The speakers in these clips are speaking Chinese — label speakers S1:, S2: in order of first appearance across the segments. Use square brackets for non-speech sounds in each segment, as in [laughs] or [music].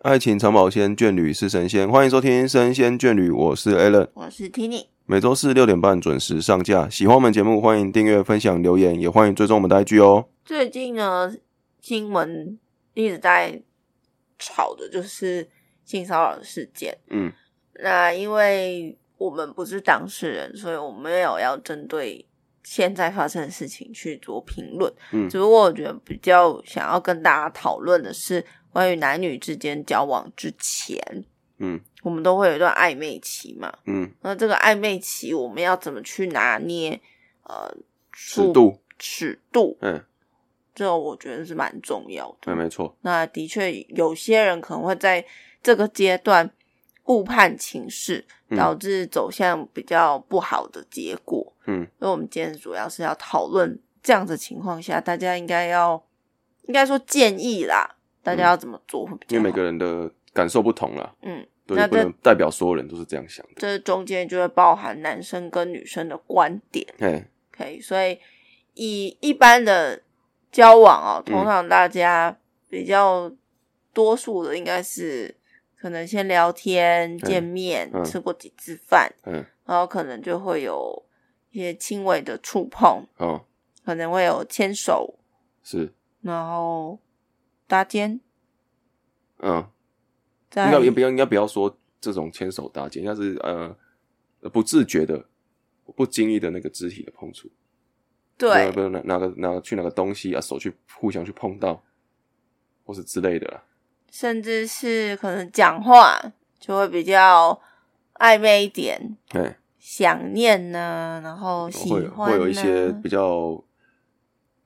S1: 爱情长保鲜，眷侣是神仙。欢迎收听《神仙眷侣》，我是 Alan，
S2: 我是 Tini，
S1: 每周四六点半准时上架。喜欢我们节目，欢迎订阅、分享、留言，也欢迎追踪我们的 IG 哦。
S2: 最近呢，新闻一直在吵的就是性骚扰的事件。
S1: 嗯，
S2: 那因为我们不是当事人，所以我们没有要针对现在发生的事情去做评论。
S1: 嗯
S2: 只不过我觉得比较想要跟大家讨论的是，关于男女之间交往之前，
S1: 嗯
S2: 我们都会有一段暧昧期嘛。
S1: 嗯，
S2: 那这个暧昧期我们要怎么去拿捏？呃，
S1: 尺度，
S2: 尺度，
S1: 嗯，
S2: 这我觉得是蛮重要
S1: 对，
S2: 的。
S1: 没错，
S2: 那的确，有些人可能会在这个阶段误判情势，
S1: 嗯
S2: 导致走向比较不好的结果。
S1: 嗯
S2: 所以，我们今天主要是要讨论这样的情况下，大家应该要，应该说建议啦，大家要怎么做会比较
S1: 嗯因
S2: 好？
S1: 为每个人的感受不同啦，
S2: 嗯，
S1: 对，
S2: 那
S1: 不
S2: 这
S1: 能代表所有人都是这样想的。
S2: 这中间就会包含男生跟女生的观点。
S1: 哎，
S2: OK，所以以一般的交往哦，
S1: 嗯
S2: 通常大家比较多数的应该是可能先聊天、见面、
S1: 嗯
S2: 吃过几次饭，
S1: 嗯，
S2: 然后可能就会有一些轻微的触碰，
S1: 哦，
S2: 可能会有牵手，
S1: 是，
S2: 然后搭肩，
S1: 嗯，应
S2: 在
S1: 该也不要，应该不要说这种牵手搭肩，应该是呃不自觉的、不经意的那个肢体的碰触。
S2: 对
S1: 不，是拿拿个拿去拿个东西啊，手去互相去碰到，或是之类的啦。
S2: 甚至是可能讲话就会比较暧昧一点，
S1: 哎，
S2: 想念呢，然后喜
S1: 会
S2: 欢啊
S1: 有
S2: 呢
S1: 会有一些比较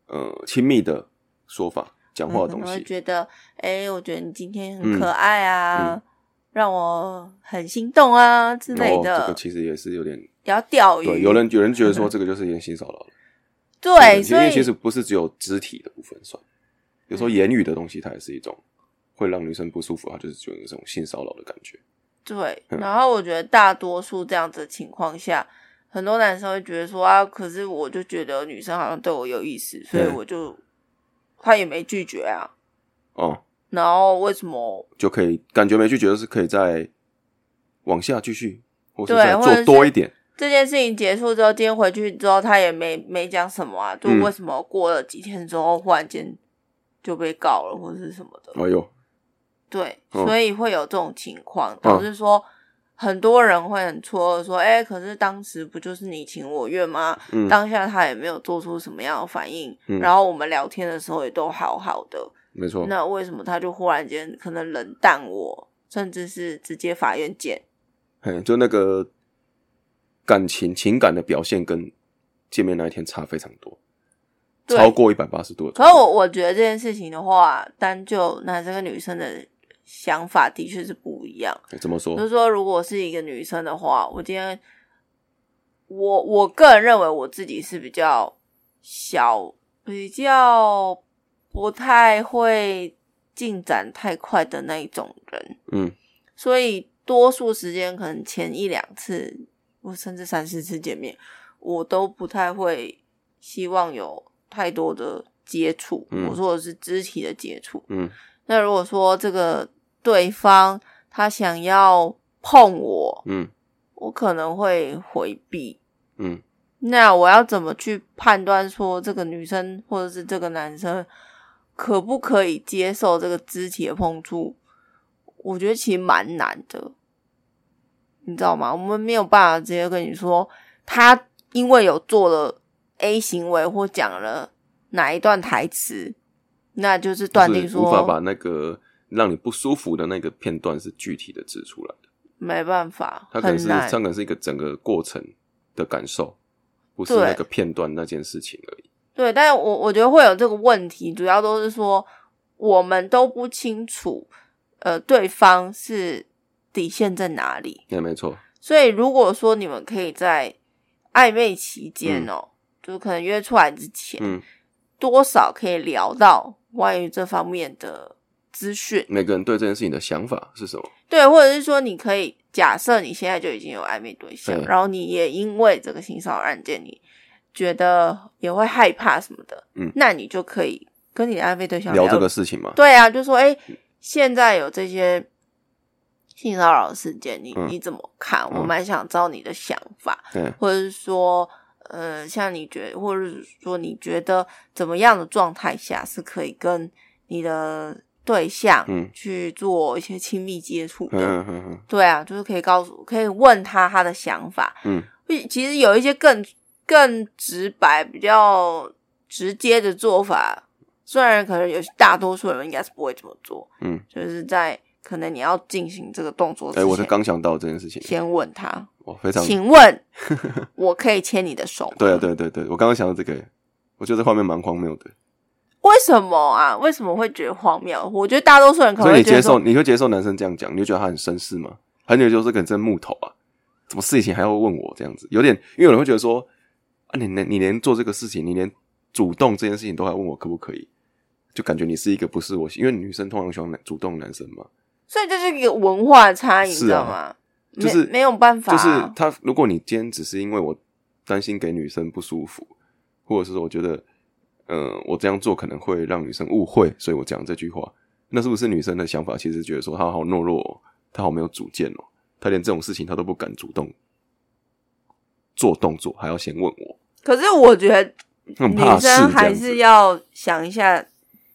S1: 呃亲密的说法，讲话的
S2: 可
S1: 东
S2: 能会
S1: 西。
S2: 嗯觉得，哎、我觉得你今天
S1: 嗯
S2: 很可爱啊，
S1: 嗯
S2: 让我很心动啊之
S1: 然
S2: 类
S1: 后
S2: 的，
S1: 哦这个其实也是有点
S2: 也要钓鱼。嗯
S1: 对，有人有人觉得说这个就是一件性骚扰了。
S2: 对，
S1: 因
S2: 所
S1: 为
S2: 以
S1: 其实不是只有肢体的部分算，有时候言语的东西它也是一种会让女生不舒服，它就是就有这种性骚扰的感觉。
S2: 对，
S1: 嗯
S2: 然后我觉得大多数这样子的情况下，很多男生会觉得说啊，可是我就觉得女生好像对我有意思，所以
S1: 嗯
S2: 我就、他也没拒绝啊。
S1: 哦，
S2: 然后为什么
S1: 就可以感觉没拒绝，就是可以再往下继续，或是
S2: 对
S1: 再
S2: 或者
S1: 做
S2: 是
S1: 多一点。
S2: 这件事情结束之后，今天回去之后，他也没没讲什么啊，就
S1: 嗯
S2: 为什么过了几天之后，忽然间就被告了或是什么的，
S1: 哎呦，
S2: 对，
S1: 嗯
S2: 所以会有这种情况，
S1: 哦
S2: 导致说很多人会很错愕，说，哎、可是当时不就是你情我愿吗？
S1: 嗯，
S2: 当下他也没有做出什么样的反应，
S1: 嗯哦
S2: 然后我们聊天的时候也都好好的，
S1: 没错，
S2: 那为什么他就忽然间可能冷淡我，甚至是直接法院见？
S1: 嘿，就那个感情情感的表现跟见面那一天差非常多，
S2: 对
S1: 超过一百八十度的
S2: 可
S1: 转
S2: 是
S1: 变。
S2: 我我觉得这件事情的话，单就男生跟女生的想法的确是不一样。
S1: 哎嘿怎么说
S2: 就是？说，如果是一个女生的话，我今天我我个人认为我自己是比较小，比较不太会进展太快的那一种人，
S1: 嗯
S2: 所以多数时间可能前一两次，我甚至三四次见面，我都不太会希望有太多的接触。
S1: 嗯
S2: 我说的是肢体的接触。
S1: 嗯
S2: 那如果说这个对方他想要碰我，
S1: 嗯
S2: 我可能会回避。
S1: 嗯，
S2: 那我要怎么去判断说这个女生或者是这个男生可不可以接受这个肢体的碰触？我觉得其实蛮难的，你知道吗？我们没有办法直接跟你说，他因为有做了 A 行为或讲了哪一段台词，那就是断定
S1: 就是
S2: 说
S1: 无法把那个让你不舒服的那个片段是具体的指出来的，
S2: 没办法，
S1: 它可能
S2: 很
S1: 是它
S2: 难。
S1: 可能是一个整个过程的感受，不是
S2: 对
S1: 那个片段那件事情而已。
S2: 对，但我我觉得会有这个问题，主要都是说我们都不清楚，呃，对方是底线在哪里。
S1: 也哎没错，
S2: 所以如果说你们可以在暧昧期间哦，就可能约出来之前，
S1: 嗯，
S2: 多少可以聊到关于这方面的资讯，
S1: 每个人对这件事情的想法是什么？
S2: 对，或者是说你可以假设你现在就已经有暧昧对象，
S1: 对
S2: 然后你也因为这个性骚扰案件，你觉得也会害怕什么的，
S1: 嗯
S2: 那你就可以跟你的暧昧对象
S1: 聊这个事情嘛，嗯
S2: 对啊，就说哎、诶现在有这些性骚扰事件，你
S1: 嗯
S2: 你怎么看？
S1: 嗯
S2: 我蛮想知道你的想法，
S1: 嗯
S2: 或者是说，呃，像你觉或者是说你觉得怎么样的状态下是可以跟你的对象
S1: 嗯
S2: 去做一些亲密接触的？
S1: 嗯嗯嗯
S2: 对啊，就是可以告诉，可以问他他的想法。
S1: 嗯，
S2: 会其实有一些更更直白、比较直接的做法，虽然可能有些大多数人应该是不会这么做，
S1: 嗯，
S2: 就是在可能你要进行这个动作之
S1: 哎，我才
S2: 前，
S1: 刚想到这件事情，
S2: 先问他，
S1: 我非常 [laughs]
S2: 请问我可以牵你的手吗？
S1: 对啊，对对对，我刚刚想到这个，我觉得这画面蛮荒谬的。
S2: 为什么啊？为什么会觉得荒谬？我觉得大多数人可能
S1: 所以
S2: 会
S1: 你
S2: 觉得
S1: 接
S2: 说
S1: 受，你会接受男生这样讲，你就觉得他很绅士吗？还是你就是个真木头啊？什么事情还要问我这样子？有点，因为有人会觉得说啊，你连你连做这个事情，你连主动这件事情都还问我可不可以，就感觉你是一个不是我喜，因为女生通常喜欢男主动男生嘛，
S2: 所以这是一个文化的差异，你
S1: 是啊
S2: 知道吗？没
S1: 就是
S2: 没有办法
S1: 就
S2: 啊、
S1: 是他，如果你今天只是因为我担心给女生不舒服，或者是说我觉得，呃，我这样做可能会让女生误会，所以我讲这句话，那是不是女生的想法？其实觉得说她好懦弱、哦，她好没有主见哦，她连这种事情她都不敢主动做动作，还要先问我，
S2: 可是我觉得
S1: 很怕
S2: 女
S1: 事这
S2: 生还
S1: 样
S2: 是
S1: 子。
S2: 要想一下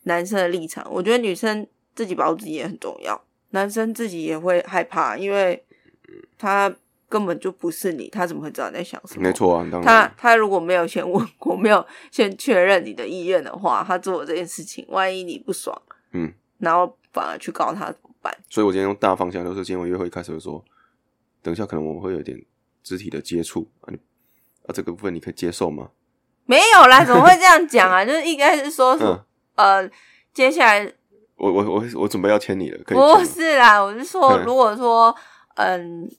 S2: 男生的立场。我觉得女生自己保护自己也很重要，男生自己也会害怕，因为他根本就不是你，他怎么会知道你在想什么？
S1: 没。错啊，当
S2: 他
S1: 然，
S2: 他如果没有先问过，没有先确认你的意愿的话，他做了这件事情，万一你不爽，
S1: 嗯，
S2: 然后反而去告他怎么办？
S1: 所以我今天用大方向，就是今天我约会开始会说，等一下可能我们会有点肢体的接触啊，你啊这个部分你可以接受吗？
S2: 没有啦，怎么会这样
S1: [laughs]
S2: 讲啊？就是应该是说，
S1: 嗯，
S2: 呃，接下来
S1: 我我我我准备要签你了，可以
S2: 不
S1: 签吗
S2: 是啦，我是说，
S1: 嗯
S2: 如果说，嗯，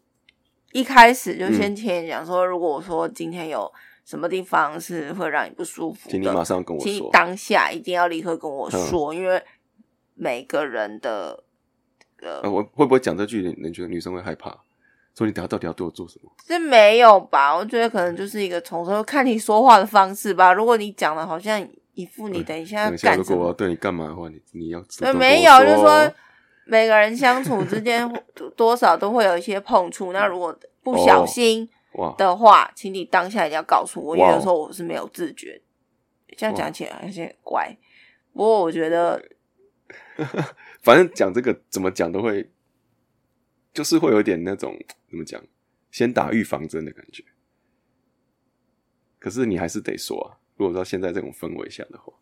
S2: 一开始就
S1: 嗯
S2: 先前讲说，如果我说今天有什么地方是会让你不舒服
S1: 请你马
S2: 的，
S1: 上跟我
S2: 啊请你
S1: 说。嗯
S2: 当下一定要立刻跟我说，因为每个人的
S1: 呃，我会不会讲这句，你你觉得女生会害怕？说你等下到底要对我做什么？
S2: 这没有吧？我觉得可能就是一个从头看你说话的方式吧。如果你讲的好像一副你等一 [laughs] 下要
S1: 等一下，
S2: 干
S1: 如
S2: 什
S1: 果我
S2: 么
S1: 要对你干嘛的话，你你要主
S2: 对，
S1: 动跟
S2: 没有，啊
S1: 我
S2: 就是说
S1: 说
S2: 每个人相处之间多多少都会有一些碰触。那如果不小
S1: 哦
S2: 心
S1: 哇，
S2: 的话，请你当下一定要告诉我，因
S1: 哇
S2: 为
S1: 哦
S2: 有时候我是没有自觉。这样讲起来好像很怪，不过我觉得
S1: 反正讲这个怎么讲都会，就是会有点那种怎么讲，先打预防针的感觉。可是你还是得说啊，如果说现在这种氛围下的话，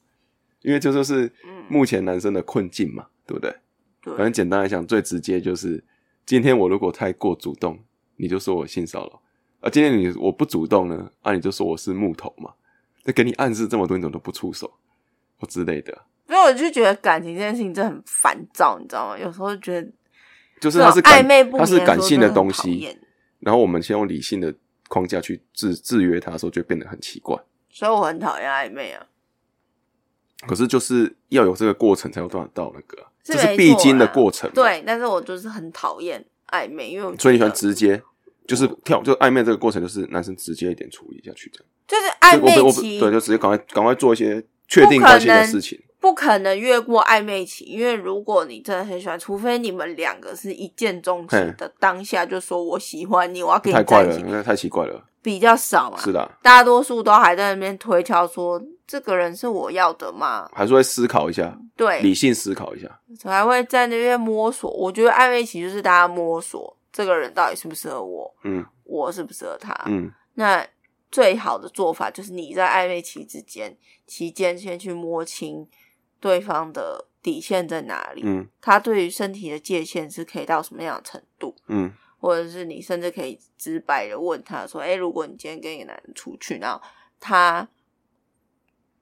S1: 因为这就是
S2: 嗯
S1: 目前男生的困境嘛，对不对？
S2: 对
S1: 反正简单来讲，最直接就是，今天我如果太过主动，你就说我性骚扰；啊，今天你我不主动呢，啊，你就说我是木头嘛。那给你暗示这么多，你怎么都不出手或之类的，
S2: 所以我就觉得感情这件事情真的很烦躁，你知道吗？有时候觉得
S1: 就是
S2: 这
S1: 它
S2: 种
S1: 是
S2: 啊暧
S1: 感
S2: 昧不
S1: 它
S2: 明
S1: 是
S2: 时候
S1: 感性
S2: 真的很
S1: 东
S2: 讨
S1: 西
S2: 厌，
S1: 然后我们先用理性的框架去制制约它的时候，就变得很奇怪。
S2: 所以我很讨厌暧昧
S1: 哦
S2: 啊。
S1: 可是就是要有这个过程，才有办法到那个啊、
S2: 是
S1: 这是
S2: 没
S1: 必
S2: 错
S1: 经的
S2: 啦
S1: 过程。，
S2: 对，嗯但是我就是很讨厌暧昧，因为我觉
S1: 所以你喜欢
S2: 得
S1: 直接，就是跳，就暧昧这个过程，就是男生直接一点处理下去这样。
S2: 就是暧
S1: 我不
S2: 昧
S1: 我不
S2: 期，
S1: 对，就直接赶快赶快做一些确定关系的事情。
S2: 不可能越过暧昧期，因为如果你真的很喜欢，除非你们两个是一见钟情的当下就说我喜欢你，我要跟
S1: 太
S2: 你
S1: 快
S2: 在一
S1: 了，
S2: 起，
S1: 那太奇怪了。
S2: 比较少嘛。
S1: 是的啊，
S2: 大多数都还在那边推敲说这个人是我要的吗？
S1: 还是会思考一下，理
S2: 对，
S1: 性思考一下。
S2: 还会在那边摸索。我觉得暧昧期就是大家摸索这个人到底适不适合我，
S1: 嗯
S2: 我适不适合他。
S1: 嗯，
S2: 那最好的做法就是你在暧昧期之间期间先去摸清对方的底线在哪里，
S1: 嗯
S2: 他对于身体的界限是可以到什么样的程度，
S1: 嗯
S2: 或者是你甚至可以直白的问他说：“哎、如果你今天跟一个男人出去，然后他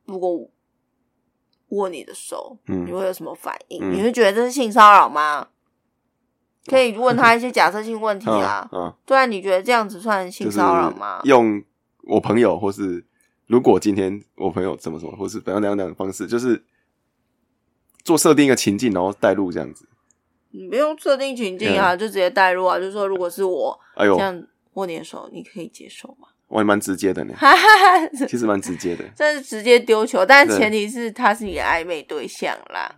S2: 如果握你的手，你
S1: 嗯，
S2: 会有什么反应？
S1: 嗯
S2: 你会觉得这是性骚扰吗？”可以问他一些假设性问题啊
S1: 啊，啊，
S2: 对啊，你觉得这样子算性
S1: 就是
S2: 骚扰吗？
S1: 用我朋友或是如果今天我朋友怎么怎么，或是怎样怎样怎样的方式，就是做设定一个情境，然后带入这样子。
S2: 你不用设定情境
S1: 嗯
S2: 啊，就直接带入啊，就说如果是我
S1: 哎呦
S2: 这，样握你的手，你可以接受吗？ [laughs]
S1: 我还蛮直接的呢，
S2: 哈哈哈，
S1: 其实蛮直接的。
S2: 这是直接丢球，但
S1: 对
S2: 前提是他是你的暧昧对象啦。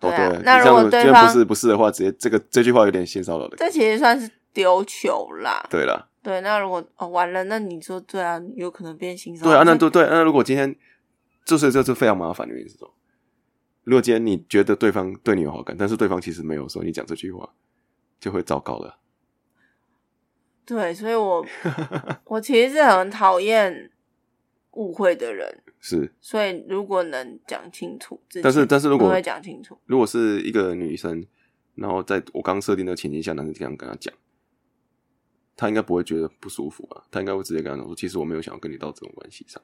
S1: 哦，
S2: 对啊
S1: 对，你
S2: 那如
S1: 这样
S2: 果
S1: 子
S2: 对
S1: 既然
S2: 方
S1: 不是不是的话，直接这个这句话有点性骚扰的感觉。
S2: 这其实算是丢球啦。
S1: 对啦，
S2: 对，那如果哦完了，那你说对啊，有可能变性骚扰。
S1: 对啊，那
S2: 这
S1: 对对，那如果今天就是这是非常麻烦的原因是什么？如果今天你觉得对方对你有好感，但是对方其实没有的时候，你讲这句话就会糟糕了。
S2: 对，所以我
S1: [laughs]
S2: 我其实是很讨厌误会的人，
S1: 是，
S2: 所以如果能讲清楚之前，
S1: 但是但是如
S2: 我
S1: 果
S2: 会讲清楚，
S1: 如果是一个女生，然后在我刚设定的情境下，男生这样跟她讲，她应该不会觉得不舒服吧？她应该会直接跟她讲说：“其实我没有想要跟你到这种关系上。”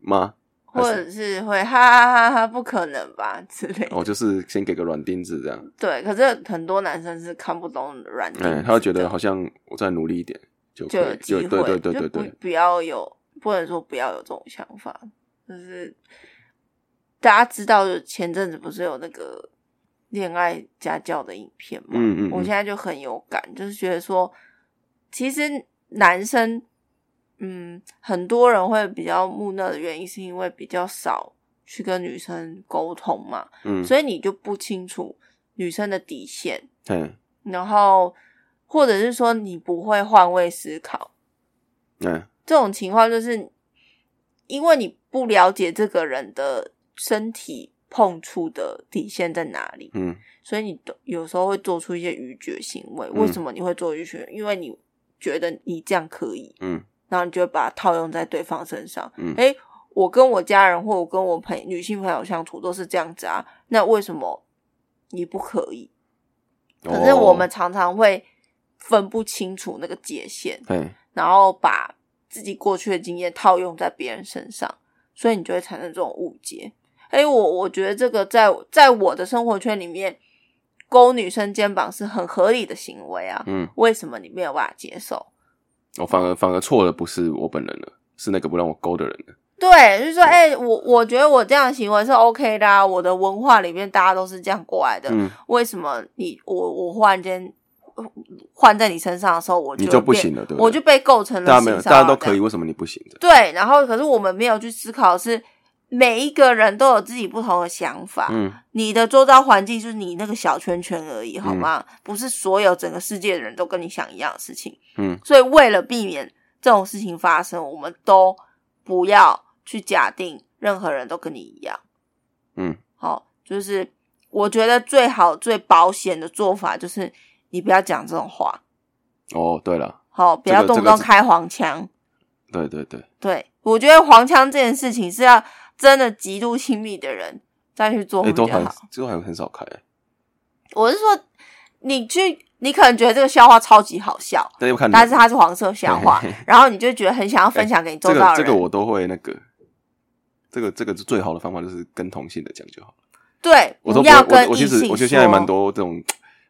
S1: 吗？
S2: 或者是会哈哈哈哈，不可能吧之类的。
S1: 哦，就是先给个软钉子这样。
S2: 对，可是很多男生是看不懂软件，
S1: 哎、他会觉得好像我再努力一点就
S2: 嗯就
S1: 可
S2: 有
S1: 以，
S2: 机会，
S1: 就对对对对
S2: 就不
S1: 对，
S2: 不要有，不能说不要有这种想法，就是大家知道，前阵子不是有那个恋爱家教的影片嘛，
S1: 嗯嗯嗯
S2: 我现在就很有感，就是觉得说，其实男生，嗯，很多人会比较木讷的原因，是因为比较少去跟女生沟通嘛，
S1: 嗯，
S2: 所以你就不清楚女生的底线，
S1: 哎
S2: 然后或者是说你不会换位思考。
S1: 哎，
S2: 这种情况就是因为你不了解这个人的身体碰触的底线在哪里，
S1: 嗯
S2: 所以你都有时候会做出一些逾矩行为。
S1: 嗯
S2: 为什么你会做逾矩？因为你觉得你这样可以，
S1: 嗯
S2: 然后你就会把它套用在对方身上。
S1: 嗯
S2: 诶，我跟我家人或我跟我朋女性朋友相处都是这样子啊，那为什么你不可以？
S1: 哦
S2: 可是我们常常会分不清楚那个界限。
S1: 哎，
S2: 然后把自己过去的经验套用在别人身上，所以你就会产生这种误解。哎，我我觉得这个在在我的生活圈里面，勾女生肩膀是很合理的行为啊。
S1: 嗯，
S2: 为什么你没有办法接受？
S1: 我、反而反而错的不是我本人了，是那个不让我勾的人了。
S2: 对，就是说，哎、我我觉得我这样的行为是 OK 的啊，我的文化里面大家都是这样过来的。
S1: 嗯，
S2: 为什么你我我忽然间呃换在你身上的时候，我
S1: 你
S2: 就
S1: 就不
S2: 变
S1: 行了，对不对？
S2: 我就被构成了
S1: 大家没有，
S2: 性
S1: 大
S2: 骚扰
S1: 家都
S2: 这样
S1: 可以，为什么你不行的？
S2: 对，然后可是我们没有去思考的是。每一个人都有自己不同的想法，
S1: 嗯，
S2: 你的周遭环境就是你那个小圈圈而已，好吗？不是所有整个世界的人都跟你想一样的事情，
S1: 嗯，
S2: 所以为了避免这种事情发生，我们都不要去假定任何人都跟你一样，
S1: 嗯，
S2: 好，就是我觉得最好最保险的做法就是你不要讲这种话，
S1: 哦，对了，
S2: 好，不
S1: 这个
S2: 要动不
S1: 这个
S2: 动
S1: 是
S2: 开黄腔，
S1: 对对对，
S2: 对，我觉得黄腔这件事情是要真的极度亲密的人再去做
S1: 哎、
S2: 会比
S1: 都
S2: 较
S1: 还
S2: 好。
S1: 都还很少开、欸
S2: 我是说，你去，你可能觉得这个笑话超级好笑，
S1: 大家看人，
S2: 但是它是黄色笑话
S1: 嗯嘿嘿嘿，
S2: 然后你就觉得很想要分享给你周
S1: 这
S2: 遭的
S1: 个
S2: 人。
S1: 这个我都会那个，这个这个最好的方法就是跟同性的讲就好。
S2: 对，
S1: 我都不
S2: 不
S1: 会
S2: 要跟
S1: 我我其
S2: 异
S1: 实
S2: 性
S1: 我觉得现在
S2: 说
S1: 蛮多这种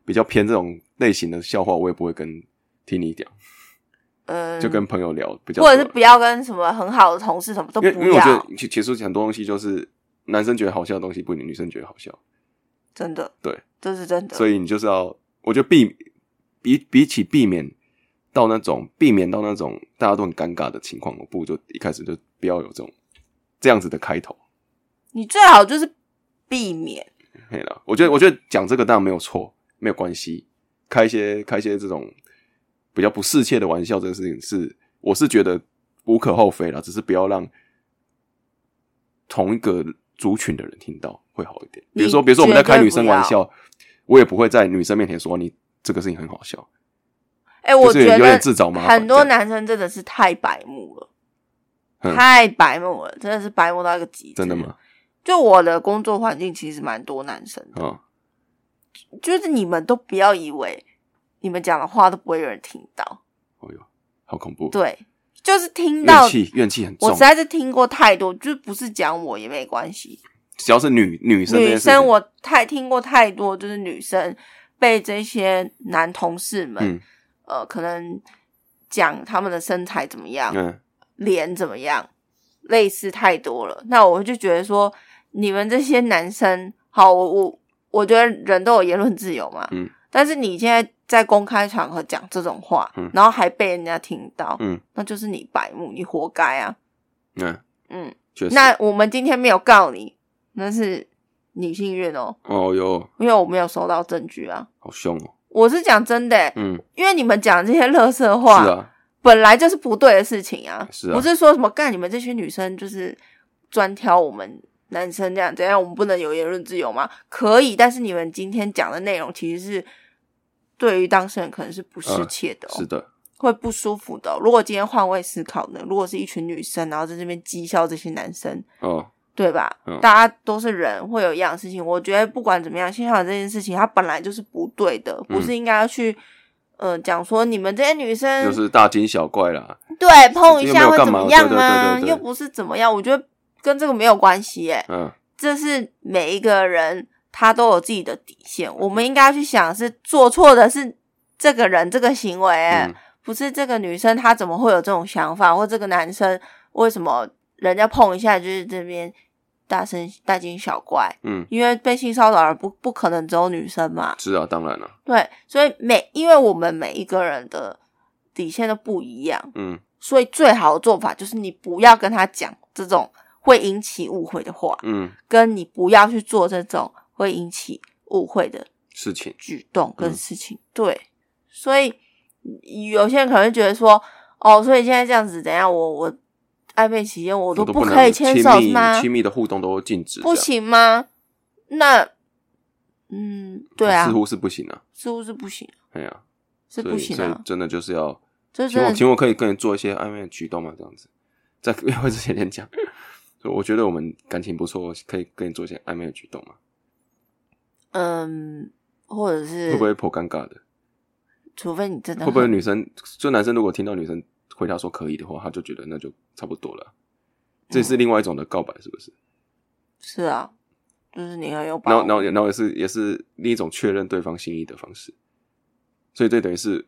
S1: 比较偏这种类型的笑话，我也不会跟听你讲，
S2: 嗯，
S1: 就跟朋友聊比较多
S2: 或
S1: 了，
S2: 者是不要跟什么很好的同事什么都
S1: 因为因
S2: 不
S1: 为我觉
S2: 要，
S1: 得其其实很多东西就是男生觉得好笑的东西，不一定女生觉得好笑，
S2: 真的，
S1: 对，
S2: 这是真的。
S1: 所以你就是要，我觉得避比比起避免到那种避免到那种大家都很尴尬的情况，我不如就一开始就不要有这种这样子的开头。
S2: 你最好就是避免，
S1: 可以了。我觉得，我觉得讲这个当然没有错，没有关系。开一些开一些这种比较不适切的玩笑，这个事情是我是觉得无可厚非啦，只是不要让同一个族群的人听到会好一点。比如说，
S2: 你
S1: 比如说我们在
S2: 绝对
S1: 开女生
S2: 不要
S1: 玩笑，我也不会在女生面前说你这个事情很好笑。
S2: 哎、我
S1: 就是有
S2: 觉
S1: 有
S2: 得
S1: 点自找麻烦
S2: 很多
S1: 这
S2: 男生真的是太白目了，
S1: 嗯
S2: 太白目了，真的是白目到一个极致。
S1: 真的？吗？
S2: 就我的工作环境其实蛮多男生的，
S1: 啊、
S2: 就是你们都不要以为你们讲的话都不会有人听到，
S1: 哦哟，好恐怖！，
S2: 对，就是听到
S1: 怨气怨气很重
S2: 我实。在是听过太多，就是不是讲我也没关系，
S1: 只要是女女生这件
S2: 女
S1: 事情
S2: 生我太听过太多，就是女生被这些男同事们、
S1: 嗯
S2: 呃可能讲他们的身材怎么样，
S1: 嗯
S2: 脸怎么样，类似太多了。那我就觉得说，你们这些男生，好，我我我觉得人都有言论自由嘛，
S1: 嗯，
S2: 但是你现在在公开场合讲这种话，
S1: 嗯
S2: 然后还被人家听到，
S1: 嗯，
S2: 那就是你白目，你活该啊，
S1: 嗯，
S2: 嗯。
S1: 确实
S2: 那我们今天没有告你，那是你幸运哦，
S1: 哦哟，
S2: 因为我没有收到证据啊。
S1: 好凶哦。
S2: 我是讲真的欸、
S1: 嗯，
S2: 因为你们讲这些垃圾
S1: 是
S2: 话，
S1: 啊，
S2: 本来就是不对的事情啊。
S1: 是啊
S2: 不是说什么干你们这群女生就是专挑我们男生这样怎样，我们不能有言论自由吗？可以，但是你们今天讲的内容其实是对于当事人可能是不适切的、哦
S1: 嗯是的，
S2: 会不舒服的哦、如果今天换位思考呢，如果是一群女生，然后在这边讥笑这些男生，
S1: 哦，
S2: 对吧？
S1: 嗯
S2: 大家都是人，会有一样的事情。我觉得不管怎么样，性骚扰这件事情，它本来就是不对的，不是应该要去。呃，讲说你们这些女生
S1: 嗯就是大惊小怪啦。
S2: 对，碰一
S1: 又
S2: 下
S1: 没有
S2: 会
S1: 干
S2: 怎么
S1: 嘛
S2: 样
S1: 对对对
S2: 啊？
S1: 对对
S2: 又不是怎么样，我觉得跟这个没有关系耶。
S1: 嗯，
S2: 这是每一个人他都有自己的底线，我们应该去想是做错的是这个人这个行为耶，
S1: 嗯
S2: 不是这个女生她怎么会有这种想法，或这个男生为什么人家碰一下就是这边大声大惊小怪？
S1: 嗯，
S2: 因为被性骚扰的不不可能只有女生嘛，
S1: 是啊，当然了，
S2: 对，所以每因为我们每一个人的底线都不一样。
S1: 嗯，
S2: 所以最好的做法就是你不要跟他讲这种会引起误会的话，
S1: 嗯，
S2: 跟你不要去做这种会引起误会的
S1: 事情，
S2: 举动跟
S1: 嗯
S2: 事情。对，所以有些人可能会觉得说，哦，所以现在这样子，怎样？我我暧昧期间我
S1: 我
S2: 都
S1: 都
S2: 不可
S1: 能
S2: 以牵
S1: 亲
S2: 手是
S1: 密
S2: 吗
S1: 亲？密的互动都禁止，
S2: 不
S1: 这样，
S2: 行吗？那，嗯，对啊
S1: 似，乎是不行啊。
S2: 似乎是不行，
S1: 哎呀，
S2: 是
S1: 所
S2: 不
S1: 以
S2: 行
S1: 所以
S2: 啊，
S1: 真的就是要，
S2: 这
S1: 请
S2: 真
S1: 我
S2: 的
S1: 请我可以跟你做一些暧昧的举动吗？这样子，在 [laughs] 约会之前先讲。所以我觉得我们感情不错，可以跟你做一些暧昧的举动嘛？
S2: 嗯，或者是
S1: 会不会颇尴尬的？
S2: 除非你真的
S1: 会不会
S2: 很
S1: 女生就男生如果听到女生回答说可以的话，他就觉得那就差不多了？
S2: 嗯
S1: 这也是另外一种的告白，是不是？
S2: 是啊，就是你很有把
S1: 然
S2: 握。
S1: 后，然后，然后也是也是另一种确认对方心意的方式。所以，这等于是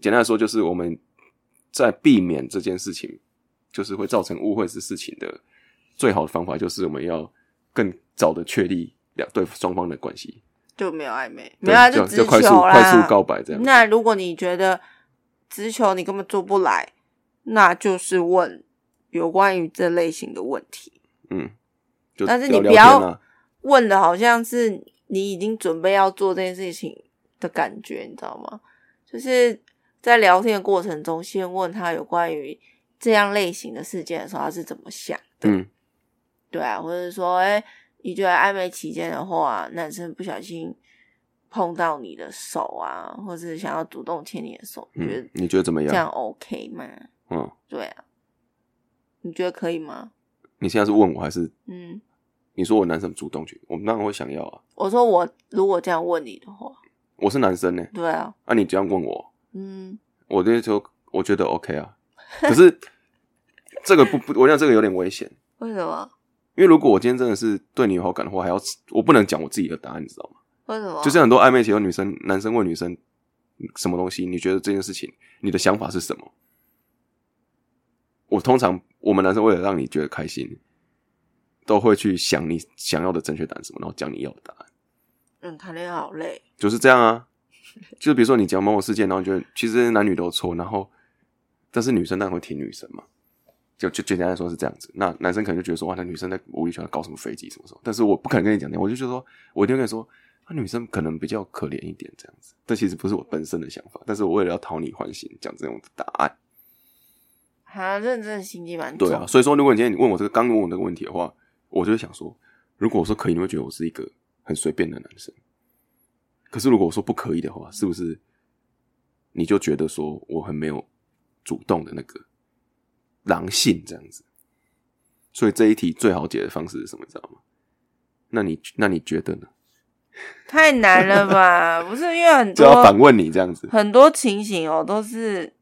S1: 简单来说，就是我们在避免这件事情，就是会造成误会是事情的最好的方法，就是我们要更早的确立两对双方的关系，
S2: 就没有暧昧，
S1: 对
S2: 没有啊
S1: 就
S2: 直
S1: 就
S2: 球
S1: 快速
S2: 啦。
S1: 快速告白这样子。
S2: 那如果你觉得直球你根本做不来，那就是问有关于这类型的问题，
S1: 嗯，就
S2: 但是
S1: 聊
S2: 你不
S1: 聊
S2: 要
S1: 天啊
S2: 问的好像是你已经准备要做这件事情的感觉，你知道吗？就是在聊天的过程中，先问他有关于这样类型的事件的时候，他是怎么想的。
S1: 嗯
S2: 对啊，或者说，哎、你觉得暧昧期间的话，男生不小心碰到你的手啊，或者是想要主动牵你的手，你觉
S1: 嗯
S2: 得，
S1: 你觉得怎么
S2: 这样
S1: 样？
S2: OK 吗？
S1: 嗯，
S2: 对啊，你觉得可以吗？
S1: 你现在是问我还是
S2: 嗯，
S1: 你说我男生主动去？我们当然会想要啊，
S2: 我说我如果这样问你的话，
S1: 我是男生呢、
S2: 对啊，
S1: 啊，你这样问我，
S2: 嗯，
S1: 我那时候我觉得 OK 啊，可是这个不不，我觉得这个有点危险，
S2: 为什么？
S1: 因为如果我今天真的是对你有好感的话，还要我不能讲我自己的答案，你知道吗？
S2: 为什么？
S1: 就像很多暧昧期有女生男生问女生什么东西，你觉得这件事情你的想法是什么？我通常我们男生为了让你觉得开心，都会去想你想要的正确答案是什么，然后讲你要的答案。
S2: 嗯，谈恋爱好累，
S1: 就是这样啊。就比如说你讲某某事件，然后你觉得其实男女都错，然后但是女生当然会挺女生嘛，就就简单来说是这样子。那男生可能就觉得说哇，那女生在无理取闹搞什么飞机什么什么，但是我不可能跟你讲这样，我就觉得说，我一定会跟你说，那、女生可能比较可怜一点这样子。这其实不是我本身的想法，但是我为了要讨你欢心，讲这种答案。
S2: 啊，认真的心机蛮重。
S1: 对啊，所以说如果你今天你问我这个刚问我这个问题的话，我就会想说，如果我说可以，你会觉得我是一个很随便的男生。可是如果我说不可以的话，是不是你就觉得说我很没有主动的那个狼性这样子？所以这一题最好解的方式是什么？你知道吗？那你那你觉得呢？
S2: 太难了
S1: [laughs]
S2: 吧？不是因为很
S1: 就
S2: 多
S1: 要反问你这样子。
S2: 很多情形哦，都是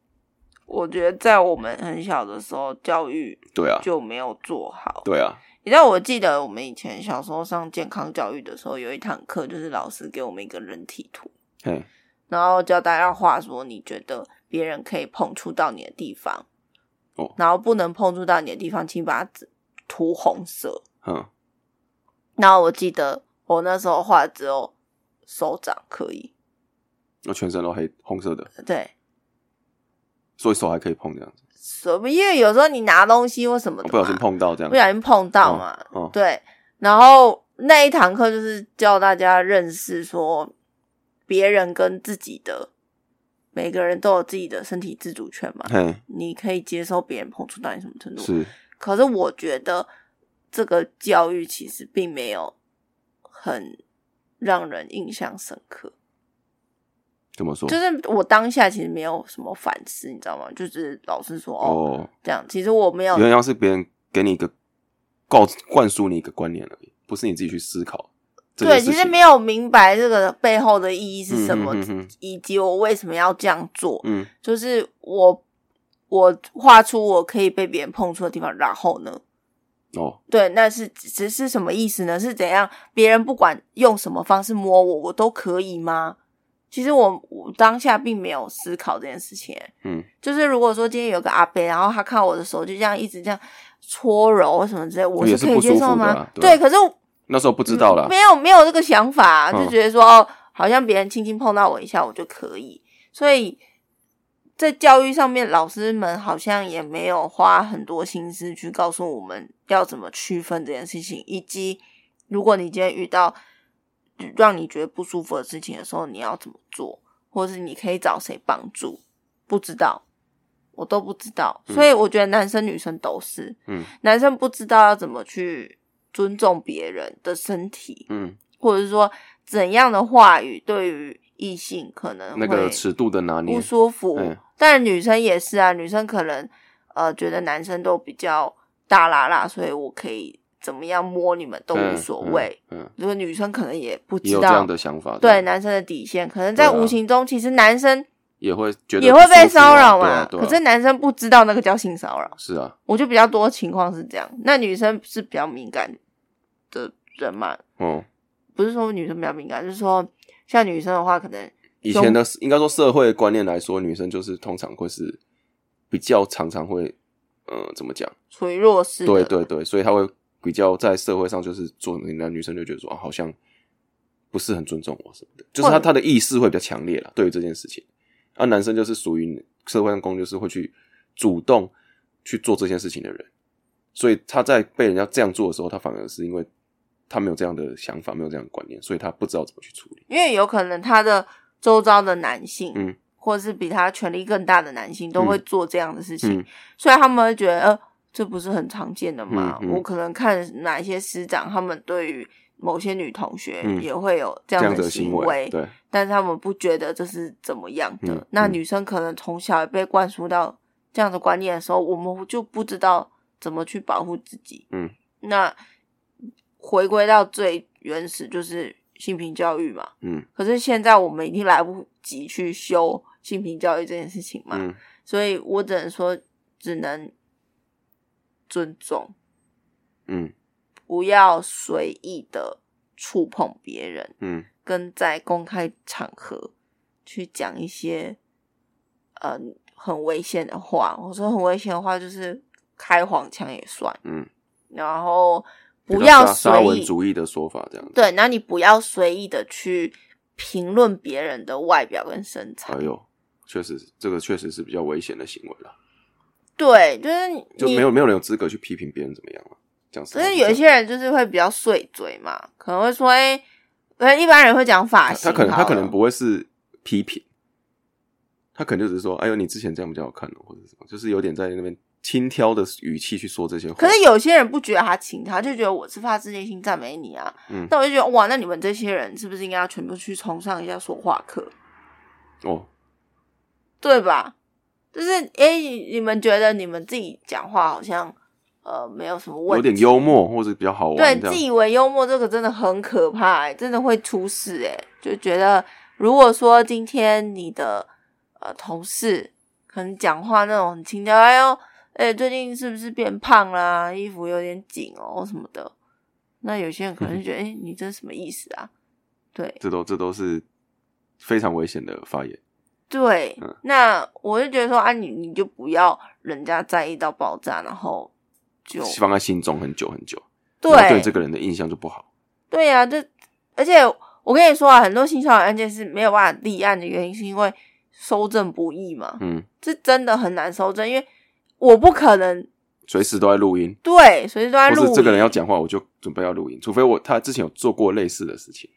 S2: 我觉得在我们很小的时候教育
S1: 对啊，
S2: 就没有做好。
S1: 对啊，
S2: 你知道，我记得我们以前小时候上健康教育的时候，有一堂课就是老师给我们一个人体图，
S1: 嘿，
S2: 然后教大家画说你觉得别人可以碰触到你的地方，
S1: 哦
S2: 然后不能碰触到你的地方，请把它涂红色。
S1: 嗯，
S2: 然后我记得我那时候画只有手掌可以，
S1: 我全身都黑红色的，
S2: 对，
S1: 所以手还可以碰这样子，
S2: 什么？因为有时候你拿东西或什么
S1: 我
S2: 的
S1: 不小心
S2: 嘛
S1: 碰到这样嗯
S2: 不小心碰到嘛，
S1: 哦哦
S2: 对。然后那一堂课就是教大家认识说别人跟自己的，每个人都有自己的身体自主权嘛，
S1: 嘿，
S2: 你可以接受别人碰触到你什么程度。
S1: 嗯是
S2: 可是我觉得这个教育其实并没有很让人印象深刻，
S1: 这么说
S2: 就。是我当下其实没有什么反思，你知道吗？就是老师说哦
S1: 哦，
S2: 这样，其实我没有
S1: 有点像是别人给你一个告灌输你一个观念而已，不是你自己去思考这件
S2: 对，
S1: 事情。
S2: 其实没有明白这个背后的意义是什么，
S1: 嗯嗯嗯嗯
S2: 以及我为什么要这样做。
S1: 嗯，
S2: 就是我我画出我可以被别人碰触的地方，然后呢，
S1: 哦，
S2: 对，那是只是什么意思呢？是怎样？别人不管用什么方式摸我，我都可以吗？其实我我当下并没有思考这件事情、
S1: 嗯，
S2: 就是如果说今天有个阿伯，然后他看我的手就这样一直这样搓揉什么之类，我
S1: 也是
S2: 可以
S1: 不舒
S2: 接
S1: 服
S2: 受
S1: 的
S2: 吗？
S1: 啊对啊
S2: 可是
S1: 那时候不知道啦
S2: 嗯没。有没有这个想法、
S1: 嗯
S2: 就觉得说、哦，好像别人轻轻碰到我一下，我就可以。所以在教育上面，老师们好像也没有花很多心思去告诉我们要怎么区分这件事情，以及如果你今天遇到让你觉得不舒服的事情的时候，你要怎么做，或是你可以找谁帮助，不知道。我都不知道，所以我觉得男生女生都是，
S1: 嗯
S2: 男生不知道要怎么去尊重别人的身体，
S1: 嗯，
S2: 或者是说怎样的话语对于异性可能
S1: 那
S2: 嗯会
S1: 个尺度的拿捏
S2: 不，舒服。
S1: 嗯
S2: 但女生也是啊，女生可能呃觉得男生都比较大啦啦，所以我可以怎么样摸你们都无
S1: 嗯
S2: 所谓。，
S1: 嗯，嗯
S2: 如果女生可能也不
S1: 也
S2: 知
S1: 有这样
S2: 道
S1: 的想法，
S2: 对男生的底线，可能在
S1: 对啊
S2: 无形中，其实男生
S1: 也会觉得
S2: 也会
S1: 不舒服啊
S2: 被骚扰
S1: 对
S2: 嘛。
S1: 啊对啊
S2: 可是男生不知道那个叫性骚扰。
S1: 是啊，
S2: 我就比较多情况是这样。那女生是比较敏感的人嘛？
S1: 哦，
S2: 不是说女生比较敏感，就是说像女生的话，可能
S1: 以前的应该说社会观念来说，女生就是通常会是比较常常会，呃，怎么讲？
S2: 处于弱势的。
S1: 对对对，所以她会比较在社会上就是做，那女生就觉得说啊，好像不是很尊重我什么的，就是她
S2: 或者
S1: 她的意识会比较强烈了，对于这件事情。啊，男生就是属于社会上工，就是会去主动去做这件事情的人，所以他在被人家这样做的时候，他反而是因为他没有这样的想法，没有这样的观念，所以他不知道怎么去处理。
S2: 因为有可能他的周遭的男性，
S1: 嗯，
S2: 或者是比他权力更大的男性，都会做这样的事情，
S1: 嗯
S2: 所以他们会觉得，呃，这不是很常见的嘛。
S1: 嗯嗯
S2: 我可能看哪一些师长，他们对于某些女同学
S1: 嗯
S2: 也会有
S1: 这
S2: 这样
S1: 样
S2: 的
S1: 的
S2: 行
S1: 行
S2: 为，
S1: 为，对，
S2: 但是他们不觉得这是怎么样的。
S1: 嗯
S2: 那
S1: 嗯
S2: 女生可能从小也被灌输到这样的观念的时候，我们就不知道怎么去保护自己。
S1: 嗯，
S2: 那回归到最原始就是性平教育嘛。
S1: 嗯
S2: 可是现在我们已经来不及去修性平教育这件事情嘛，
S1: 嗯，
S2: 所以我只能说，只能尊重，
S1: 嗯
S2: 不要随意的触碰别人。
S1: 嗯
S2: 跟在公开场合去讲一些呃很危险的话。我说很危险的话就是开黄腔也算，
S1: 嗯，
S2: 然后不
S1: 比较
S2: 要
S1: 沙
S2: 随
S1: 沙文
S2: 意
S1: 主义的说法这样子。
S2: 对，那你不要随意的去评论别人的外表跟身材。
S1: 哎呦，确实是，这个确实是比较危险的行为了，
S2: 对，就是你
S1: 就没有没有人有资格去批评别人怎么样了。这样
S2: 只是有一些人就是会比较碎嘴嘛，可能会说哎。呃，一般人会讲发
S1: 他
S2: 型
S1: 他可能
S2: 好
S1: 他
S2: 了
S1: 可能不会是批评，他可能就只是说，哎呦，你之前这样比较好看哦，或者什么，就是有点在那边轻佻的语气去说这些话。
S2: 可是有些人不觉得他请他，就觉得我是发自内心赞美你啊。
S1: 嗯
S2: 那我就觉得哇，那你们这些人是不是应该要全部去冲上一下说话课，
S1: 哦，
S2: 对吧？就是诶、你们觉得你们自己讲话好像呃没有什么问
S1: 有
S2: 题，
S1: 点幽默或者比较好玩，
S2: 对
S1: 这
S2: 自
S1: 样
S2: 以为幽默这个真的很可怕、欸，真的会出事诶、就觉得如果说今天你的呃同事可能讲话那种很轻佻，哎呦，哎、最近是不是变胖啦、衣服有点紧哦什么的，那有些人可能
S1: [laughs]
S2: 就觉得，哎、你这是什么意思啊？对，
S1: 这都这都是非常危险的发言。
S2: 对，
S1: 嗯
S2: 那我就觉得说啊，你你就不要人家在意到爆炸，然后就
S1: 放在心中很久很久，然后
S2: 对
S1: 对这个人的印象就不好。
S2: 对呀、这而且我跟你说啊，很多性骚扰案件是没有办法立案的原因，是因为收证不易嘛，
S1: 嗯，
S2: 这真的很难收证，因为我不可能
S1: 随时都在录音，
S2: 对，随时都在
S1: 或
S2: 录
S1: 是
S2: 影。
S1: 这个人要讲话，我就准备要录音，除非我他之前有做过类似的事情，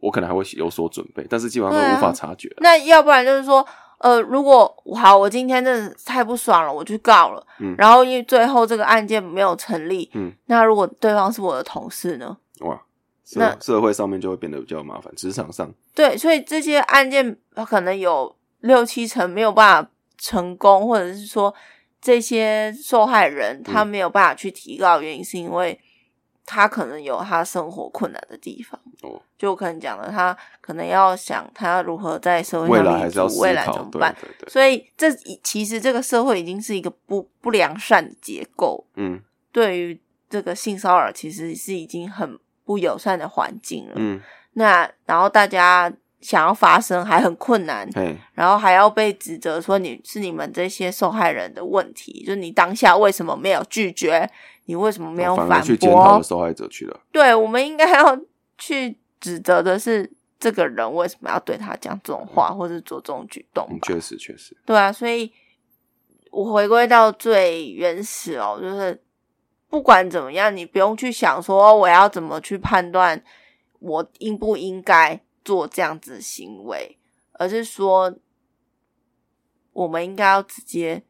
S1: 我可能还会有所准备，但是基本上
S2: 对啊
S1: 都无法察觉了。
S2: 那要不然就是说，呃，如果好，我今天真的太不爽了，我去告了，
S1: 嗯
S2: 然后因为最后这个案件没有成立，
S1: 嗯，
S2: 那如果对方是我的同事呢？
S1: 哇，社
S2: 那
S1: 社会上面就会变得比较麻烦，职场上
S2: 对，所以这些案件呃可能有六七成没有办法成功，或者是说这些受害
S1: 嗯
S2: 人他没有办法去提告，原因是因为他可能有他生活困难的地方。
S1: 哦，
S2: 就我可能讲了，他可能要想他如何在社会
S1: 未
S2: 上
S1: 来
S2: 立
S1: 还是要
S2: 足
S1: 思
S2: 未来怎
S1: 考，
S2: 么
S1: 对
S2: 办。
S1: 对对，
S2: 所以这已其实这个社会已经是一个不不良善的结构，
S1: 嗯
S2: 对于这个性骚扰其实是已经很不友善的环境了。
S1: 嗯，
S2: 那然后大家想要发声还很困难，
S1: 嘿，
S2: 然后还要被指责说你是你们这些受害人的问题，就是你当下为什么没有拒绝，你为什么 [laughs] 没有
S1: 哦反而
S2: 反
S1: 去检讨
S2: 驳
S1: 了？受害者去了，
S2: 对，我们应该要去指责的是这个人为什么要对他讲这种话，或者做这种举动
S1: 嗯，
S2: 吧。
S1: 确实确实，
S2: 对啊，所以我回归到最原始哦，就是不管怎么样，你不用去想说我要怎么去判断我应不应该做这样子的行为，而是说我们应该要直接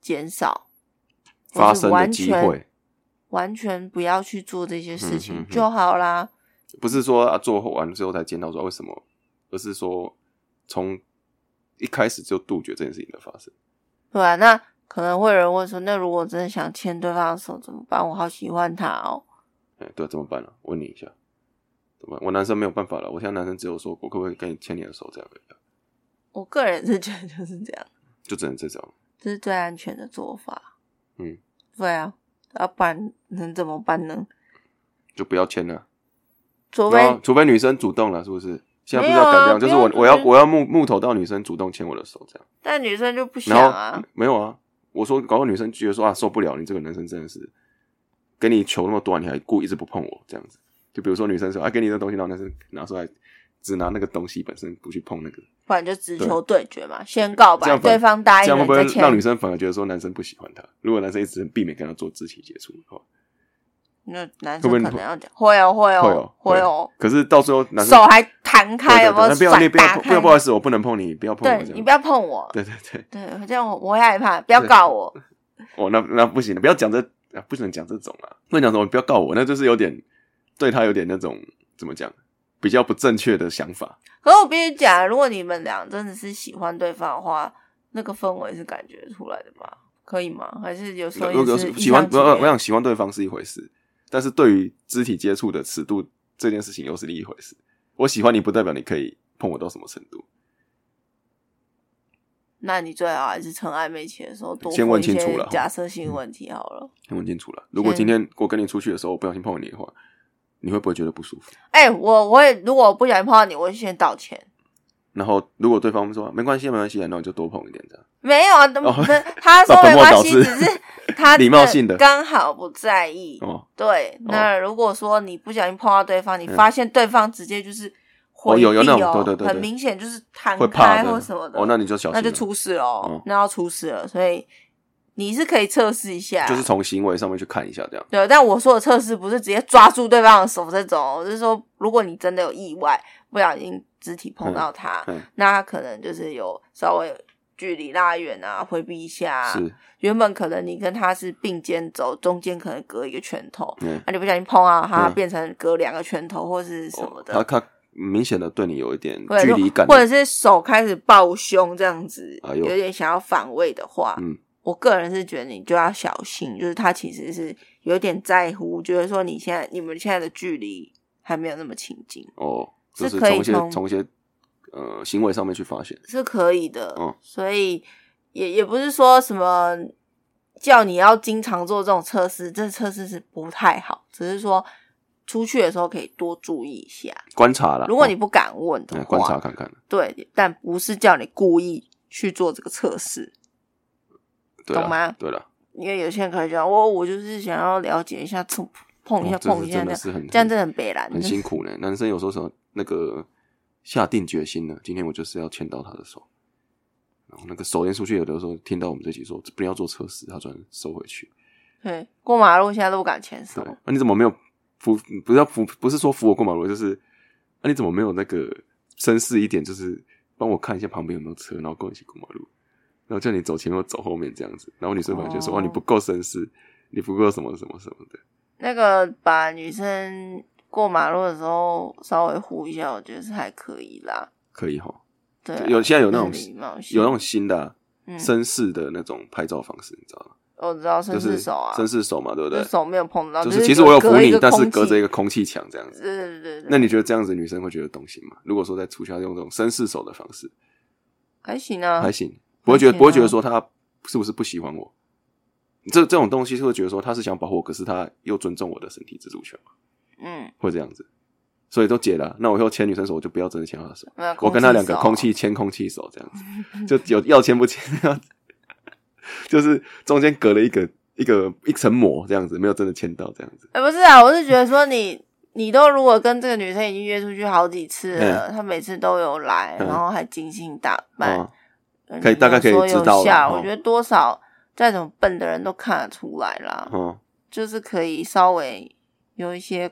S2: 减少或
S1: 发
S2: 是
S1: 生的
S2: 完
S1: 机
S2: 全
S1: 会，
S2: 完全不要去做这些事
S1: 嗯
S2: 情
S1: 嗯嗯
S2: 就好啦。
S1: 不是说啊做完之后才检讨说为什么，而是说从一开始就杜绝这件事情的发生。
S2: 对啊，那可能会有人问说，那如果真的想牵对方的手怎么办？我好喜欢他哦。
S1: 哎，对，怎么办呢、啊？问你一下，怎么办？我男生没有办法了，我现在男生只有说我可不可以跟你牵你的手这样而已啊，
S2: 我个人是觉得就是这样，
S1: 就只能这种。
S2: 这是最安全的做法。
S1: 嗯，
S2: 对啊，要不然能怎么办呢？
S1: 就不要牵了、
S2: 除非
S1: 然后，除非女生主动了，是不是？现在不是要
S2: 没有啊
S1: 改这样，就是我
S2: 不用
S1: 我要
S2: 就是
S1: 我要木木头到女生主动牵我的手这样，
S2: 但女生就不想
S1: 然后、
S2: 啊。
S1: 没有啊，我说搞到女生觉得说啊受不了，你这个男生真的是给你球那么短，你还故意一直不碰我这样子。就比如说女生说啊给你这东西，然后男生拿出来只拿那个东西本身不去碰那个，
S2: 不然就直球对决嘛，先告
S1: 这
S2: 白，
S1: 样反
S2: 对方答
S1: 这样
S2: 应
S1: 会
S2: 了
S1: 不会
S2: 再签。
S1: 让女生反而觉得说男生不喜欢她？如果男生一直避免跟她做肢体接触的话，
S2: 那男
S1: 会
S2: 生
S1: 不会
S2: 可能要讲，会哦，会
S1: 会
S2: 哦
S1: 哦，
S2: 会哦，
S1: 可是到最后男生
S2: 手还弹
S1: 对对
S2: 开，
S1: 对
S2: 有没有
S1: 那不要你
S2: 甩
S1: 不要
S2: 打
S1: 碰不要不好
S2: 开？
S1: 意思，我不能碰你，不要碰我
S2: 对
S1: 这样。
S2: 你不要碰我，
S1: 对对对，
S2: 对，这样我我会害怕，不要告我。
S1: 哦，那那不行，不要讲这，啊、不能讲这种啊，不能讲什么，不要告我，那就是有点对他有点那种怎么讲，比较不正确的想法。
S2: 可是我必须讲，如果你们俩真的是喜欢对方的话，那个氛围是感觉出来的吧？可以吗？还是有时候
S1: 如
S2: 也
S1: 果
S2: 是
S1: 喜欢，
S2: 不
S1: 我我想喜欢对方是一回事，但是对于肢体接触的尺度这件事情又是另一回事。我喜欢你不代表你可以碰我到什么程度，
S2: 那你最好还是趁暧昧期的时候多
S1: 先
S2: 问
S1: 问
S2: 一些
S1: 清楚了嗯
S2: 假设性问题好了。
S1: 先问清楚了。如果
S2: 嗯
S1: 今天我跟你出去的时候，我不小心碰你的话，你会不会觉得不舒服？
S2: 哎、我我也如果我不小心碰到你，我就先道歉。
S1: 然后如果对方说没关系，没关系，那我就多碰一点这样。
S2: 没有啊，那、
S1: 哦
S2: 那
S1: [laughs]
S2: 他说
S1: 本
S2: 没
S1: 末
S2: 关
S1: 倒
S2: 系，
S1: 置
S2: 只是
S1: [laughs]
S2: 他
S1: 礼貌性的
S2: 刚好不在意。
S1: 哦，
S2: 对，那如果说你不小心碰到对方，你
S1: 嗯
S2: 发现对方直接就是
S1: 哦
S2: 回避
S1: 有有那种对对对对
S2: 很明显就是摊
S1: 会怕
S2: 开
S1: 的
S2: 或什么的，
S1: 哦，那你就小心
S2: 那
S1: 了，
S2: 就出事喽，
S1: 哦
S2: 那要出事了，所以你是可以测试一下，
S1: 就是从行为上面去看一下这样。
S2: 对，但我说的测试不是直接抓住对方的手这种，我是说，如果你真的有意外，不小心肢体碰到他，
S1: 嗯嗯
S2: 那他可能就是有稍微距离拉远啊，回避一下、啊。
S1: 是，
S2: 原本可能你跟他是并肩走，中间可能隔一个拳头，
S1: 嗯，
S2: 那、你不小心碰到他，
S1: 嗯
S2: 变成隔两个拳头或是什么的，
S1: 哦他他明显的对你有一点
S2: 或者
S1: 距
S2: 说
S1: 离感，
S2: 或者是手开始抱胸这样子，
S1: 哎呦
S2: 有点想要反胃的话，
S1: 嗯
S2: 我个人是觉得你就要小心，就是他其实是有点在乎，觉得说你现在你们现在的距离还没有那么亲近，
S1: 哦，
S2: 是
S1: 就是
S2: 可
S1: 从
S2: 以
S1: 一些
S2: 从
S1: 从一些呃行为上面去发现，
S2: 是可以的，
S1: 嗯
S2: 所以也也不是说什么叫你要经常做这种测试，这测试是不太好，只是说出去的时候可以多注意一下，
S1: 观察啦。
S2: 如果
S1: 哦
S2: 你不敢问的
S1: 哎
S2: 话，
S1: 观察看看，
S2: 对，但不是叫你故意去做这个测试。
S1: 对啦啊
S2: 懂吗
S1: 对了，
S2: 因为有些人可能讲，我我就是想要了解一下，碰碰一下，
S1: 哦这是
S2: 碰一下
S1: 真
S2: 这
S1: 的
S2: 样，
S1: 是很
S2: 这样真的很北蓝，
S1: 很辛苦呢。男生有时候什么那个下定决心了，今天我就是要牵到他的手。然后那个手连出去，有的时候听到我们这集说不要做测试，他突然收回去，
S2: [laughs] 对，过马路现在都不敢牵手
S1: 对，，啊，你怎么没有扶？不是要扶，不是说扶我过马路，就是啊，你怎么没有那个绅士一点，就是帮我看一下旁边有没有车，然后跟我一起过马路，然后叫你走前面，我走后面这样子。然后女生反而觉得说，
S2: 哦
S1: 哇，你不够绅士，你不够什么什么什么的。
S2: 那个把女生过马路的时候稍微护一下，我觉得是还可以啦。
S1: 可以哈，
S2: 对啊，
S1: 有现在有那种
S2: 就是礼貌性
S1: 有那种新的啊、
S2: 嗯哦
S1: 绅士的那种拍照方式，你知道吗？
S2: 我知道绅
S1: 就是
S2: 士手啊，
S1: 绅士手嘛，对不对
S2: 就？手没有碰到，
S1: 就
S2: 只
S1: 其实我有扶
S2: 隔一
S1: 你
S2: 个，
S1: 但是
S2: 空
S1: 隔着
S2: 气
S1: 一个空气墙这样子。
S2: 对对对对，
S1: 那你觉得这样子女生会觉得动心吗？如果说在促销用这种绅士手的方式，
S2: 还行啊，
S1: 还行，不会觉得不会觉
S2: 还
S1: 得
S2: 行啊
S1: 说他是不是不喜欢我？这这种东西是会觉得说他是想保护我，可是他又尊重我的身体自主权嘛，
S2: 嗯，
S1: 会这样子，所以都解了。啊那我以后牵女生手，我就不要真的牵她的手，
S2: 没有
S1: 我跟她两个
S2: 手
S1: 空
S2: [laughs]
S1: 气牵空气手这样子，就有要牵不牵，就是中间隔了一个一个一层膜这样子，没有真的牵到这样子。
S2: 哎、不是啊，我是觉得说你，你都如果跟这个女生已经约出去好几次了，她每次都有来，
S1: 嗯
S2: 然后还精心打扮，
S1: 啊，
S2: 嗯
S1: 可以大概可以
S2: 有说有
S1: 知道了
S2: 笑
S1: 哦
S2: 我觉得多少再怎么笨的人都看得出来啦，
S1: 哦，
S2: 就是可以稍微有一些。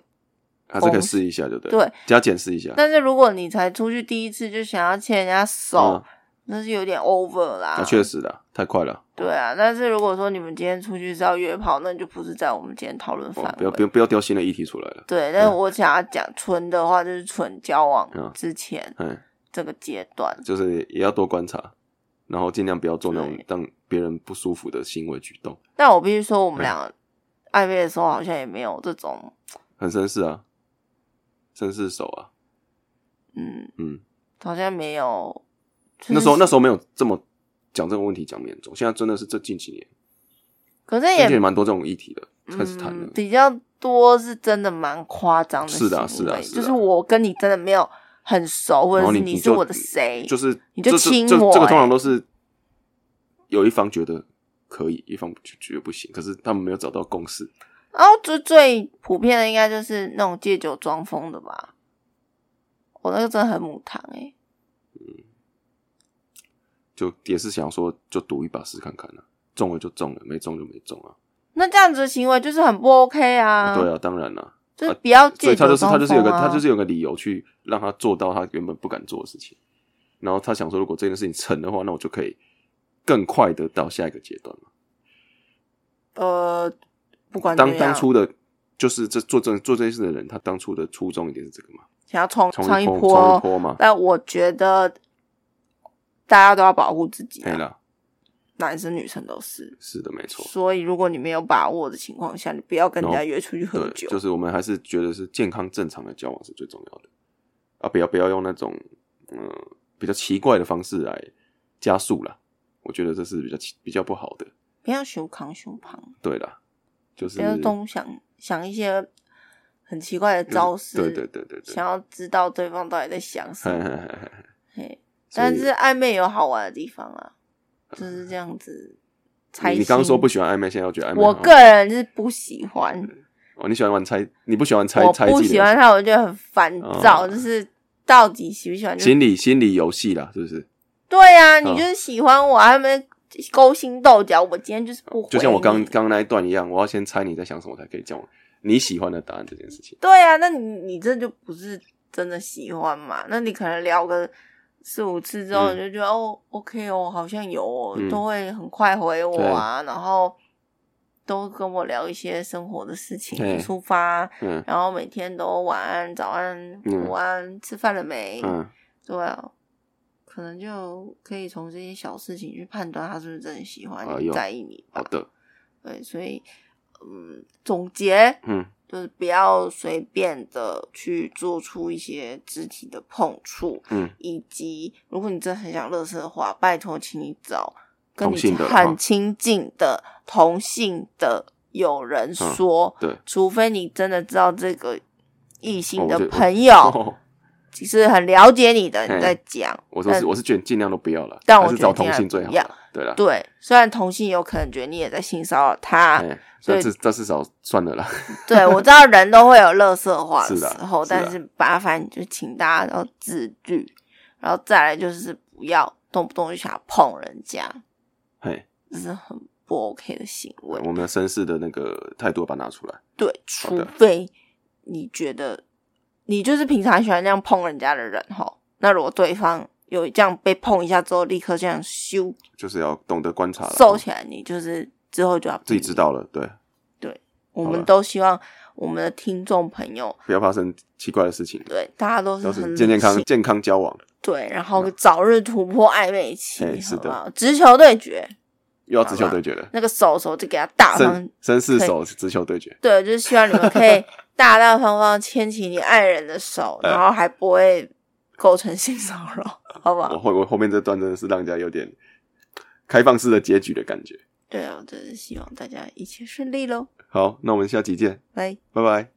S1: 还是可以
S2: 公
S1: 试一下，对不对？
S2: 对，
S1: 加减试一下。
S2: 但是如果你才出去第一次就想要牵人家手
S1: 嗯，
S2: 那、是有点 over 啦。
S1: 那啊确实的，太快了，
S2: 对啊，但是如果说你们今天出去是要约炮，那就不是在我们今天讨论范
S1: 哦
S2: 围。
S1: 不要不要不要丢新的议题出来了。
S2: 对，但是
S1: 嗯
S2: 我想要讲纯的话，就是纯交往
S1: 嗯
S2: 之前
S1: 嗯，
S2: 这个阶段，
S1: 就是也要多观察，然后尽量不要做那种
S2: 对
S1: 让别人不舒服的行为举动，
S2: 但我必须说，我
S1: 嗯
S2: 们两个暧昧的时候好像也没有这种，
S1: 很绅士啊，绅士手啊，
S2: 嗯，
S1: 嗯，
S2: 好像没有。就是
S1: 那时候那时候没有这么讲这个问题讲得严重，现在真的是这近几年，
S2: 可是
S1: 近
S2: 也
S1: 几年蛮多这种议题的，开始谈
S2: 嗯
S1: 了，
S2: 比较多，是真的蛮夸张
S1: 是的啊
S2: 行
S1: 是的啊
S2: 为
S1: 是的啊
S2: 就是我跟你真的没有很熟，或
S1: 然
S2: 者
S1: 后
S2: 是
S1: 你
S2: 你是
S1: 就
S2: 我的谁，
S1: 就是
S2: 你就
S1: 这这
S2: 亲
S1: 这
S2: 我
S1: 这个通
S2: 欸
S1: 常都是有一方觉得可以，一方觉觉得不行，可是他们没有找到共识，
S2: 然后最最普遍的应该就是那种借酒装疯的吧。我那个真的很母汤哎、
S1: 就也是想说就赌一把试看看啊，中了就中了，没中就没中啊，
S2: 那这样子的行为就是很不 OK 啊。
S1: 对啊，当然啦、
S2: 就是不要
S1: 所
S2: 借
S1: 以他
S2: 酒
S1: 就是
S2: 装
S1: 他
S2: 疯啊。
S1: 就是有个他就是有个理由去让他做到他原本不敢做的事情，然后他想说，如果这件事情成的话，那我就可以更快的到下一个阶段嘛。
S2: 呃，不管怎么
S1: 当
S2: 样
S1: 当初的，就是这做这做这件事的人，他当初的初衷一定是这个嘛，
S2: 想要冲
S1: 冲
S2: 上
S1: 一
S2: 一
S1: 波
S2: 波
S1: 冲一
S2: 哦，
S1: 波嘛，
S2: 但我觉得大家都要保护自己啊、
S1: 对啦，
S2: 男生女生都是。
S1: 是的，没错，
S2: 所以如果你没有把握的情况下，你不要跟人
S1: 然
S2: 家
S1: 后
S2: 约出去喝
S1: 对，
S2: 酒。
S1: 就是我们还是觉得是健康正常的交往是最重要的啊，不要不要用那种嗯、呃比较奇怪的方式来加速啦，我觉得这是比较奇比较不好的，
S2: 不要胸扛胸胖，
S1: 对啦，就是
S2: 不要东想想一些很奇怪的招
S1: 嗯
S2: 式。
S1: 对对对对对，
S2: 想要知道对方到底在想
S1: [laughs]
S2: 什
S1: 嘿
S2: 么。
S1: 嘿嘿嘿嘿
S2: 嘿，
S1: 所以
S2: [laughs] 但是暧昧有好玩的地方啊，就是这样子猜
S1: 你
S2: 心。
S1: 你刚刚说不喜欢暧昧，现在又觉得暧昧哦好
S2: 我
S1: 玩，
S2: 个人是不喜欢，
S1: 哦，你喜欢玩猜，你不喜欢猜
S2: 我
S1: 猜
S2: 不
S1: 忌
S2: 喜
S1: 的
S2: 欢他，我就很烦躁，
S1: 哦
S2: 就是到底喜不喜欢？就
S1: 心理心理游戏啦，是不是？
S2: 对啊，
S1: 嗯
S2: 你就是喜欢我，他们勾心斗角，我今天就是不回
S1: 就像我刚
S2: 你
S1: 刚那一段一样，我要先猜你在想什么，才可以讲你喜欢的答案这件事情。
S2: 对啊，那你你这就不是真的喜欢嘛？那你可能聊个四五次之后，
S1: 嗯
S2: 你就觉得、哦，OK 哦，好像有哦，
S1: 嗯
S2: 都会很快回我啊，然后都跟我聊一些生活的事情，
S1: 对
S2: 出发，
S1: 嗯
S2: 然后每天都晚安、早安、
S1: 嗯
S2: 午安，吃饭了没？
S1: 嗯，
S2: 对啊。可能就可以从这些小事情去判断他是不是真的喜欢
S1: 哎
S2: 你、
S1: 呦
S2: 在意你
S1: 好
S2: 吧。
S1: 的，
S2: 对，所以，嗯，总结，
S1: 嗯，
S2: 就是不要随便的去做出一些肢体的碰触，
S1: 嗯，
S2: 以及如果你真的很想乐色的话，拜托请你找跟
S1: 同
S2: 你
S1: 性的
S2: 很
S1: 哈
S2: 亲近的同性的友人
S1: 嗯
S2: 说，
S1: 对，
S2: 除非你真的知道这个异性
S1: 哦
S2: 的
S1: 我觉得
S2: 朋友
S1: 哦
S2: 其实很了解你的，你
S1: 嘿
S2: 在讲，
S1: 我说
S2: 但
S1: 是我是觉得尽量都不要了，
S2: 但
S1: 还
S2: 我
S1: 是
S2: 觉得
S1: 找同性
S2: 尽
S1: 最
S2: 量
S1: 好
S2: 不要
S1: 啦，对啦，
S2: 对，虽然同性有可能觉得你也在性骚扰他，
S1: 哎，
S2: 所以
S1: 那至这至少算了啦，
S2: 对，我知道人都会有乐色化的
S1: 是
S2: 时
S1: 的
S2: 候，
S1: 是的
S2: 但是麻烦你就请大家要自律，然后再来就是不要动不动就想碰人家，
S1: 嘿，
S2: 这是很不 OK 的行为。
S1: 我们的绅士的那个态度把它拿出来。
S2: 对，除
S1: 嗯的
S2: 非你觉得你就是平常喜欢这样碰人家的人吼，那如果对方有这样被碰一下之后，立刻这样咻
S1: 就是要懂得观察啦，
S2: 收起来，你就是之后就要
S1: 自己知。道了，对，
S2: 我
S1: 好
S2: 们
S1: 了
S2: 都希望我们的听众朋友，
S1: 不要发生奇怪的事情，
S2: 对大家都是
S1: 都是
S2: 很
S1: 健健康
S2: 理性
S1: 健康交往，
S2: 对，然后早日突破暧昧期，
S1: 哎是的
S2: 好不好？直球对决，
S1: 又要直球对决了，
S2: 那个手手就给他大方
S1: 绅绅士手直球对决，
S2: 对，就是希望你们可以大大方方牵起你爱人的手，
S1: [laughs] 哎
S2: 然后还不会构成性骚扰，好不
S1: 我
S2: 好？
S1: 后我后面这段真的是让人家有点开放式的结局的感觉。
S2: 对啊，我真是希望大家一切顺利喽，
S1: 好，那我们下集见，
S2: 拜。
S1: 拜拜。